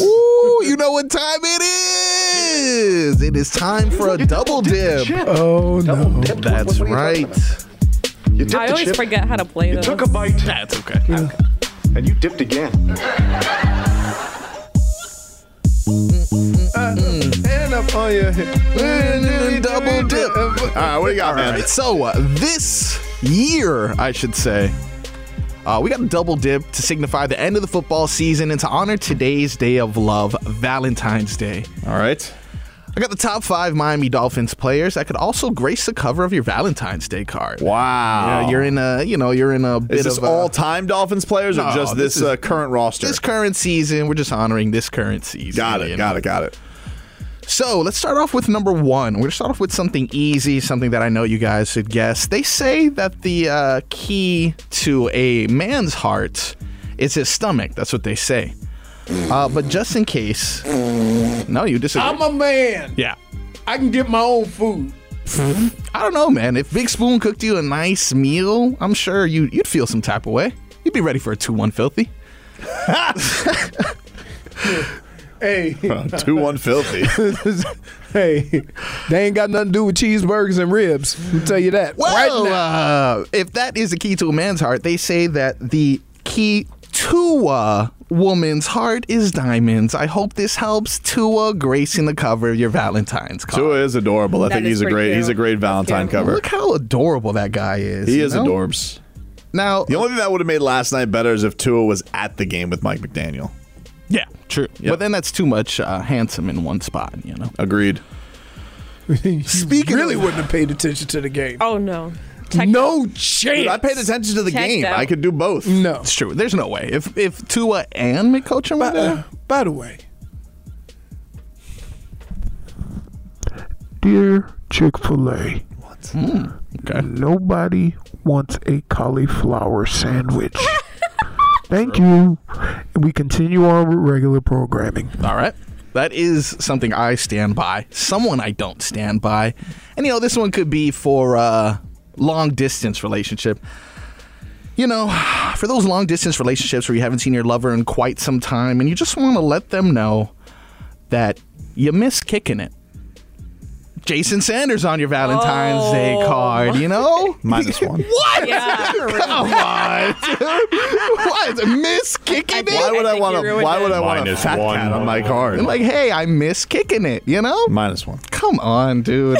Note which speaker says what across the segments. Speaker 1: Ooh, you know what time it is. It is time for a double dip.
Speaker 2: Oh no.
Speaker 1: That's right.
Speaker 3: You dipped
Speaker 4: I
Speaker 3: the
Speaker 4: always
Speaker 3: chip.
Speaker 4: forget how to play
Speaker 3: You
Speaker 4: those.
Speaker 3: took a bite
Speaker 2: That's okay.
Speaker 3: and you dipped again.
Speaker 2: And up on your hip.
Speaker 1: Double dip. All right, what do you got, man? So uh, this year, I should say, uh, we got a double dip to signify the end of the football season and to honor today's day of love, Valentine's Day.
Speaker 2: All right.
Speaker 1: I got the top five Miami Dolphins players that could also grace the cover of your Valentine's Day card.
Speaker 2: Wow.
Speaker 1: Yeah, you're in a, you know, you're in a bit
Speaker 2: Is this
Speaker 1: of a,
Speaker 2: all time Dolphins players
Speaker 1: No,
Speaker 2: or just
Speaker 1: this
Speaker 2: this,
Speaker 1: is-
Speaker 2: uh, current roster?
Speaker 1: this current season. We're just honoring this current season.
Speaker 2: got
Speaker 1: you
Speaker 2: it.
Speaker 1: know?
Speaker 2: Got it. Got it.
Speaker 1: So let's start off with number one. We're gonna start off with something easy, something that I know you guys should guess. They say that the uh, key to a man's heart is his stomach. That's what they say. Uh, but just in case, no, you disagree.
Speaker 5: I'm a man.
Speaker 1: yeah,
Speaker 5: I can get my own food.
Speaker 1: I don't know, man. If Big Spoon cooked you a nice meal, I'm sure you you'd feel some type of way. You'd be ready for a two-one filthy.
Speaker 5: Hey,
Speaker 2: Two one filthy.
Speaker 5: hey, they ain't got nothing to do with cheeseburgers and ribs. I'll tell you that.
Speaker 1: Well,
Speaker 5: right now.
Speaker 1: uh, if that is the key to a man's heart, they say that the key to a woman's heart is diamonds. I hope this helps Tua gracing the cover of your Valentine's card.
Speaker 2: Tua is adorable. I
Speaker 4: That
Speaker 2: think
Speaker 4: is
Speaker 2: he's a
Speaker 4: pretty
Speaker 2: great
Speaker 4: cute.
Speaker 2: he's a great Valentine cover.
Speaker 1: Look how adorable that guy is.
Speaker 2: He
Speaker 1: you
Speaker 2: is
Speaker 1: know?
Speaker 2: adorbs.
Speaker 1: Now,
Speaker 2: The only thing that would have made last night better is if Tua was at the game with Mike McDaniel.
Speaker 1: yeah, true.
Speaker 2: Yep.
Speaker 1: But then that's too much uh, handsome in one spot, you know.
Speaker 2: Agreed.
Speaker 1: Speaking
Speaker 5: really
Speaker 1: of-
Speaker 5: wouldn't have paid attention to the game.
Speaker 4: oh no. Tech-
Speaker 5: no chance.
Speaker 2: Dude, I paid attention to the
Speaker 4: Check
Speaker 2: game.
Speaker 4: that.
Speaker 2: I could do both.
Speaker 5: No.
Speaker 1: It's true. There's no way. If if Tua and McCoachin were
Speaker 5: By,
Speaker 2: uh,
Speaker 1: there,
Speaker 5: Uh, by the way,
Speaker 6: Dear Chick fil A, nobody wants a cauliflower sandwich. Thank you. And we continue on with regular programming.
Speaker 1: All right. That is something I stand by. Someone I don't stand by. And you know, this one could be for uh long distance relationship. You know, for those long distance relationships where you haven't seen your lover in quite some time and you just want to let them know that you miss kicking it. Jason Sanders on your Valentine's Day
Speaker 4: Oh.
Speaker 1: card, you know?
Speaker 2: Minus one.
Speaker 1: What?
Speaker 4: Yeah.
Speaker 1: Come on, dude. What? Miss kicking it?
Speaker 2: Why would
Speaker 4: I
Speaker 2: I,
Speaker 4: think
Speaker 2: want
Speaker 4: you
Speaker 2: to?
Speaker 4: ruined
Speaker 2: Why
Speaker 4: it.
Speaker 2: would I want a
Speaker 7: Minus
Speaker 2: fat
Speaker 7: one.
Speaker 2: cat on my card?
Speaker 1: like, hey, I miss kicking it, you know?
Speaker 2: Minus one.
Speaker 1: Come on, dude.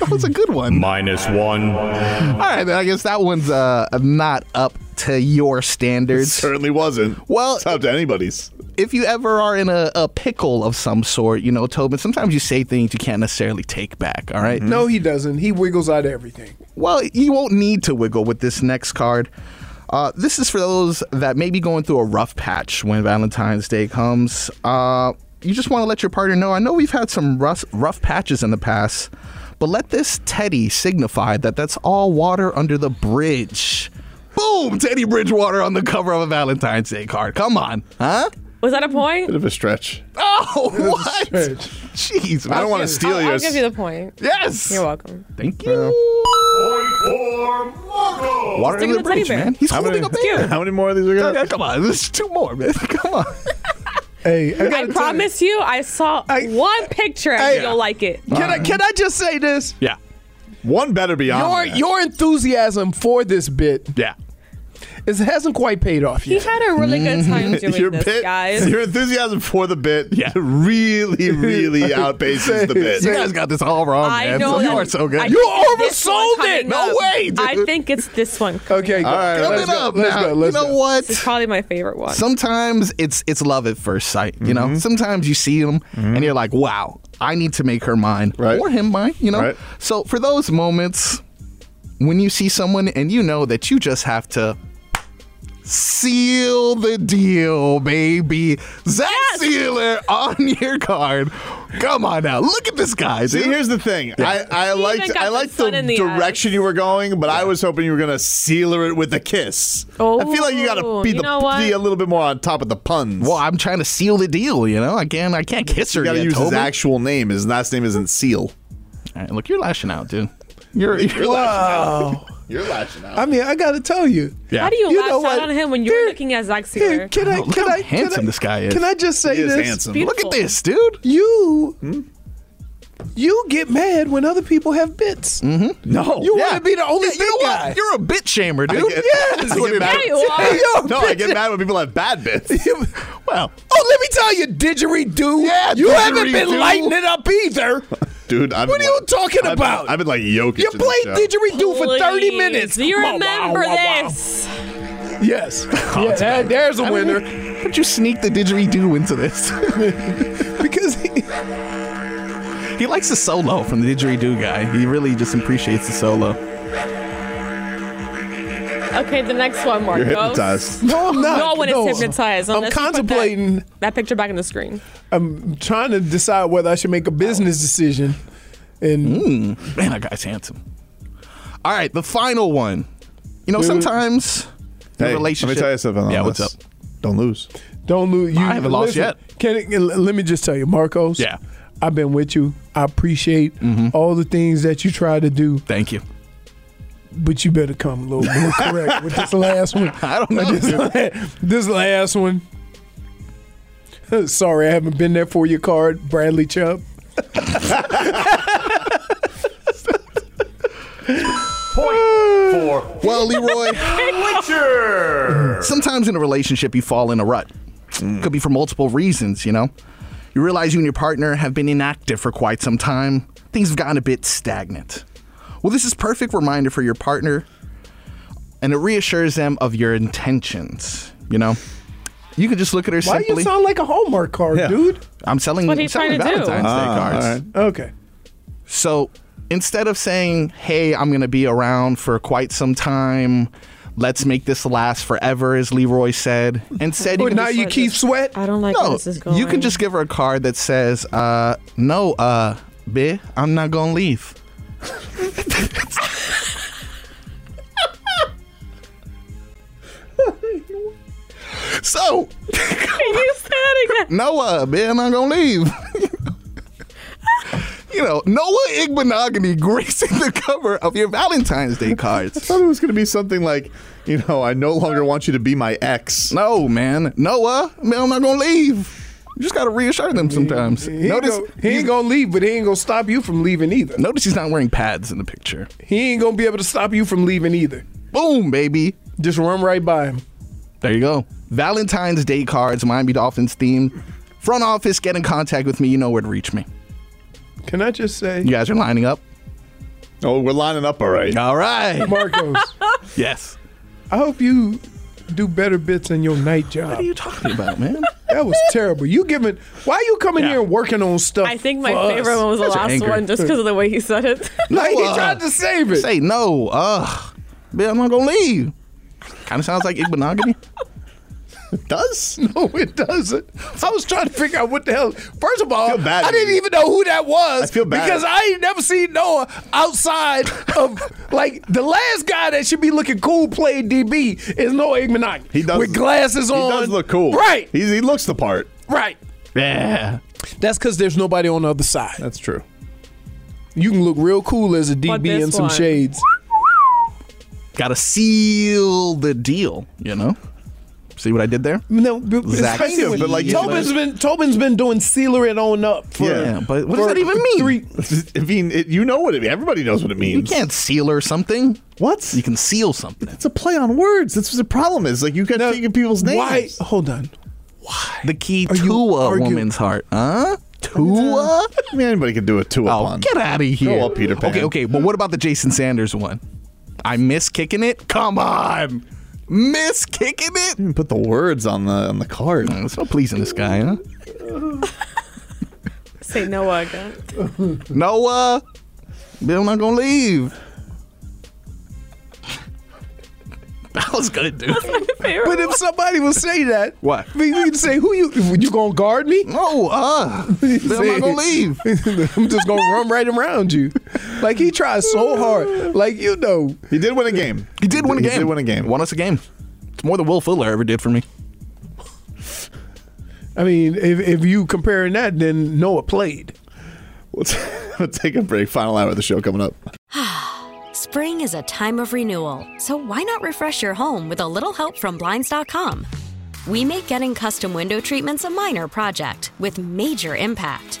Speaker 1: That was a good one.
Speaker 7: Minus one.
Speaker 1: All right, then I guess that one's uh, not up to your standards.
Speaker 2: Certainly wasn't.
Speaker 1: Well-
Speaker 2: it's not up to anybody's.
Speaker 1: If you ever are in a, a pickle of some sort, you know, Tobin, sometimes you say things you can't necessarily take back, all right?
Speaker 5: no, he doesn't. He wiggles out everything.
Speaker 1: Well, you won't need to wiggle with this next card. Uh, this is for those that may be going through a rough patch when Valentine's Day comes. Uh, you just want to let your partner know. I know we've had some rough, rough patches in the past, but let this Teddy signify that that's all water under the bridge. Boom! Teddy Bridgewater on the cover of a Valentine's Day card. Come on, huh?
Speaker 4: Was that a point?
Speaker 2: Bit of a stretch.
Speaker 1: Oh, what?
Speaker 5: stretch.
Speaker 1: Jeez,
Speaker 2: I don't want to
Speaker 1: to.
Speaker 2: steal
Speaker 4: I'll, I'll
Speaker 2: yours.
Speaker 4: give you the point.
Speaker 1: Yes.
Speaker 4: You're welcome.
Speaker 1: Thank you.
Speaker 2: Water
Speaker 4: Stick with
Speaker 2: under
Speaker 4: the teddy
Speaker 1: Bridge,
Speaker 4: bear.
Speaker 1: man. He's
Speaker 2: How
Speaker 1: holding
Speaker 2: many,
Speaker 1: up there.
Speaker 2: how many more of these are
Speaker 1: Yeah,
Speaker 2: gonna?
Speaker 1: come on, there's two more, man. Come on.
Speaker 5: Hey, I,
Speaker 4: I
Speaker 5: gotta tell you-
Speaker 4: promise you, I saw
Speaker 5: I-
Speaker 4: one picture and
Speaker 5: I-
Speaker 4: you don't like it.
Speaker 5: Can I, can I just say this?
Speaker 1: Yeah,
Speaker 2: One better be on.
Speaker 5: Your
Speaker 2: there.
Speaker 5: your enthusiasm for this bit
Speaker 1: yeah.
Speaker 5: is, hasn't quite paid off
Speaker 4: He
Speaker 5: yet.
Speaker 4: had a really good time doing
Speaker 2: your
Speaker 4: this,
Speaker 2: bit,
Speaker 4: guys.
Speaker 2: your enthusiasm for the bit,
Speaker 1: Yeah.
Speaker 2: really, really outpaces the bit.
Speaker 1: You guys got this all wrong,
Speaker 4: I
Speaker 1: man.
Speaker 4: know
Speaker 1: you
Speaker 4: that-
Speaker 1: are so good.
Speaker 4: I
Speaker 1: you
Speaker 4: think it's this one
Speaker 1: oversold it.
Speaker 4: coming
Speaker 1: No
Speaker 4: up.
Speaker 1: way, dude.
Speaker 4: I think it's this one. coming
Speaker 5: Okay,
Speaker 2: All right,
Speaker 1: Fill
Speaker 2: let's
Speaker 1: it
Speaker 5: go,
Speaker 1: up
Speaker 5: let's
Speaker 1: now.
Speaker 5: go, let's
Speaker 1: you know
Speaker 5: go.
Speaker 4: It's
Speaker 1: what?
Speaker 4: probably my favorite one.
Speaker 1: Sometimes it's it's love at first sight. You know,
Speaker 2: Mm-hmm.
Speaker 1: sometimes you see them and you're like, wow, I need to make her mine
Speaker 2: Right.
Speaker 1: or him mine. You know.
Speaker 2: Right.
Speaker 1: So for those moments when you see someone and you know that you just have to Seal the deal, baby. Zach Sealer on your card. Come on now. Look at this guy.
Speaker 2: See,
Speaker 1: dude.
Speaker 2: here's the thing. I, I
Speaker 4: He
Speaker 2: liked
Speaker 4: even got
Speaker 2: I
Speaker 4: the
Speaker 2: liked the,
Speaker 4: sun in the
Speaker 2: direction you were going, but I was hoping you were gonna sealer it with a kiss. I feel like you gotta
Speaker 4: Oh,
Speaker 2: be,
Speaker 4: you
Speaker 2: the,
Speaker 4: know what?
Speaker 2: be a little bit more on top of the puns.
Speaker 1: well, I'm trying to seal the deal, you know? I can't, I can't kiss her
Speaker 2: you gotta
Speaker 1: yet,
Speaker 2: use his
Speaker 1: Toby.
Speaker 2: actual name. His last name isn't Seal.
Speaker 1: All right, look, you're lashing out, dude. You're,
Speaker 5: Wow.
Speaker 2: You're lashing out.
Speaker 5: I mean, I gotta tell you.
Speaker 1: Yeah.
Speaker 4: How do you,
Speaker 5: You
Speaker 4: lash
Speaker 5: know
Speaker 4: out
Speaker 5: what?
Speaker 4: on him when you're
Speaker 5: Here-
Speaker 4: looking at Zach
Speaker 5: Here,
Speaker 4: Sealer?
Speaker 5: can I?
Speaker 1: look
Speaker 5: Can
Speaker 1: how
Speaker 5: I? can
Speaker 1: handsome
Speaker 5: I-
Speaker 1: this guy is.
Speaker 5: Can I just say
Speaker 2: He is
Speaker 5: this?
Speaker 2: handsome.
Speaker 1: Look at
Speaker 4: Beautiful.
Speaker 1: this, dude.
Speaker 5: You. You get mad when other people have bits.
Speaker 2: No.
Speaker 5: You
Speaker 1: Mm-hmm. Yeah.
Speaker 5: want to be the only
Speaker 1: Yeah,
Speaker 5: big
Speaker 1: you know
Speaker 5: guy.
Speaker 1: what? You're a bit shamer, dude.
Speaker 2: get-
Speaker 1: yeah,
Speaker 2: I get mad.
Speaker 4: Yeah, you are.
Speaker 5: You're a
Speaker 2: No, I
Speaker 5: bit-
Speaker 2: get mad when people have bad bits.
Speaker 1: Well,
Speaker 5: Oh, let me tell you, didgeridoo.
Speaker 1: Yeah,
Speaker 5: you haven't been
Speaker 2: didgeridoo.
Speaker 5: lighting it up either.
Speaker 2: Dude, I've
Speaker 5: What
Speaker 2: been
Speaker 5: are you
Speaker 2: like-
Speaker 5: talking
Speaker 2: I've been-
Speaker 5: about?
Speaker 2: I've been like Jokic.
Speaker 5: You
Speaker 2: in the
Speaker 5: played
Speaker 2: show.
Speaker 5: didgeridoo for thirty
Speaker 4: Please,
Speaker 5: minutes.
Speaker 4: Do you
Speaker 5: Come on, wow,
Speaker 4: remember
Speaker 5: wow, wow.
Speaker 4: this?
Speaker 5: Yes. yeah, there- there's a winner
Speaker 1: How'd you sneak the didgeridoo into this?
Speaker 5: because he,
Speaker 1: he likes the solo from the didgeridoo guy. He really just appreciates the solo.
Speaker 4: Okay, the next one, Mark.
Speaker 2: You're hypnotized.
Speaker 5: no, I'm not.
Speaker 4: Oh, No one
Speaker 5: No,
Speaker 4: is hypnotized.
Speaker 5: I'm
Speaker 4: unless you put that-
Speaker 5: contemplating.
Speaker 4: that, picture back in the screen.
Speaker 5: I'm trying to decide whether I should make a business decision. And
Speaker 1: Man, that guy's handsome. All right, the final one. You know, sometimes the
Speaker 2: Hey,
Speaker 1: relationship.
Speaker 2: Let me tell you something. on
Speaker 1: Yeah, what's
Speaker 2: this.
Speaker 1: up?
Speaker 2: Don't lose.
Speaker 5: don't lose. You,
Speaker 1: I haven't lost
Speaker 5: listen,
Speaker 1: yet.
Speaker 5: Can l- let me just tell you, Marcos.
Speaker 1: Yeah. Mm-hmm.
Speaker 5: I've been with you. I appreciate all the things that you try to do,
Speaker 1: Thank you.
Speaker 5: but you better come a little more correct with this last one.
Speaker 1: I don't know.
Speaker 5: This,
Speaker 1: dude.
Speaker 5: la- this last one. Sorry, I haven't been there for your card, Bradley Chubb.
Speaker 1: well, Leroy. sometimes in a relationship you fall in a rut. Could be for multiple reasons, you know. You realize you and your partner have been inactive for quite some time. Things have gotten a bit stagnant. Well, this is perfect reminder for your partner and it reassures them of your intentions, you know. You can just look at her
Speaker 5: Why
Speaker 1: simply.
Speaker 5: you sound like a Hallmark card, dude?
Speaker 1: I'm selling,
Speaker 4: That's what
Speaker 1: I'm
Speaker 4: he's
Speaker 1: selling
Speaker 4: trying to do.
Speaker 1: Valentine's Day cards.
Speaker 5: Okay.
Speaker 1: So instead of saying, hey, I'm going to be around for quite some time, let's make this last forever, as Leroy said, and said,
Speaker 5: But
Speaker 1: can
Speaker 5: now
Speaker 1: just-
Speaker 5: you keep sweat.
Speaker 4: I don't like where this is
Speaker 1: no,
Speaker 4: going.
Speaker 1: you can just give her a card that says, uh, no, uh, B, I'm not going to leave. so,
Speaker 4: you staring
Speaker 1: Noah, man, I'm gonna leave. you know, Noah Igbenogany gracing the cover of your Valentine's Day cards.
Speaker 2: thought it was going to be something like, you know, I no longer want you to be my ex.
Speaker 1: No, man, Noah, man, I'm not gonna leave. You just gotta reassure them sometimes.
Speaker 5: He ain't,
Speaker 1: Notice,
Speaker 5: gonna, he ain't gonna leave, but he ain't gonna stop you from leaving either.
Speaker 1: notice he's not wearing pads in the picture.
Speaker 5: He ain't gonna be able to stop you from leaving either.
Speaker 1: Boom, baby.
Speaker 5: Just run right by him.
Speaker 1: There you go. Valentine's Day cards, Miami Dolphins theme. Front office, get in contact with me. You know where to reach me.
Speaker 5: Can I just say,
Speaker 1: You guys are lining up.
Speaker 2: Oh, we're lining up all right.
Speaker 1: All right.
Speaker 5: Marcos,
Speaker 1: yes.
Speaker 5: I hope you do better bits in your night job.
Speaker 1: What are you talking about, man?
Speaker 5: That was terrible. You giving? Why you coming
Speaker 1: Yeah.
Speaker 5: here and working on stuff?
Speaker 4: I think my
Speaker 5: for us?
Speaker 4: favorite one was the
Speaker 1: That's
Speaker 4: last
Speaker 1: angry.
Speaker 4: one just because of the way he said it.
Speaker 5: Like he
Speaker 1: Noah.
Speaker 5: tried to save it.
Speaker 1: say no. Ugh, man, I'm not gonna leave. Kind of sounds like igbenogany.
Speaker 2: Does?
Speaker 5: No, it doesn't. I was trying to figure out what the hell. First of all,
Speaker 2: Feel bad
Speaker 5: I
Speaker 2: for
Speaker 5: didn't
Speaker 2: you.
Speaker 5: even know who that was.
Speaker 2: I feel bad.
Speaker 5: because I ain't never seen Noah outside of like the last guy that should be looking cool playing DB is Noah Igmanaki.
Speaker 2: He does-
Speaker 5: with glasses
Speaker 2: He
Speaker 5: on.
Speaker 2: does look cool.
Speaker 5: right?
Speaker 2: He's, he looks the part.
Speaker 5: right.
Speaker 1: Yeah.
Speaker 5: That's because there's nobody on the other side.
Speaker 2: That's true.
Speaker 5: You can look real cool as a DB
Speaker 4: this
Speaker 5: in some
Speaker 4: one-
Speaker 5: shades.
Speaker 1: Gotta seal the deal, you know? See what I did there?
Speaker 5: No, but, it's
Speaker 1: Zach
Speaker 5: crazy
Speaker 2: Sealer,
Speaker 5: when-
Speaker 2: but like you
Speaker 5: Tobin's
Speaker 2: said-
Speaker 5: been Tobin's been doing sealer it on up for
Speaker 2: Yeah.
Speaker 1: Yeah, but what does
Speaker 5: for
Speaker 1: that even mean?
Speaker 5: Three,
Speaker 2: I mean, it, you know what it means. Everybody knows what it means.
Speaker 1: You can't seal or something.
Speaker 2: What?
Speaker 1: You can seal something.
Speaker 2: It's a play on words. That's what the problem is. Like, you got to taking people's names.
Speaker 5: Why? Hold on.
Speaker 1: The key
Speaker 5: Are you
Speaker 1: to a
Speaker 5: arguing-
Speaker 1: woman's heart. Huh? To a?
Speaker 2: I mean, anybody could do it to a
Speaker 1: Oh,
Speaker 2: pun.
Speaker 1: get out of here.
Speaker 2: up, Peter Pan.
Speaker 1: Okay, okay, but what about the Jason Sanders one? I miss kicking it? Come on. Miss kicking it?
Speaker 2: Put the words on the on the card.
Speaker 1: It's no pleasing this guy, huh?
Speaker 4: Say Noah again.
Speaker 1: Noah, Bill not gonna leave. That was gonna do.
Speaker 5: But if somebody will say that,
Speaker 1: What?
Speaker 5: I mean, you can say who you you gonna guard me?
Speaker 1: No, uh, then I'm not gonna leave.
Speaker 5: I'm just gonna run right around you. Like he tries so hard. Like you know,
Speaker 2: He did win a game.
Speaker 1: He did win a game.
Speaker 2: He did win a game.
Speaker 1: Won us a game. It's more than Will Fuller ever did for me.
Speaker 5: I mean, if if you comparing that, then Noah played.
Speaker 2: We'll, t- we'll take a break. Final hour of the show coming up.
Speaker 8: Spring is a time of renewal, so why not refresh your home with a little help from Blinds.com? We make getting custom window treatments a minor project with major impact.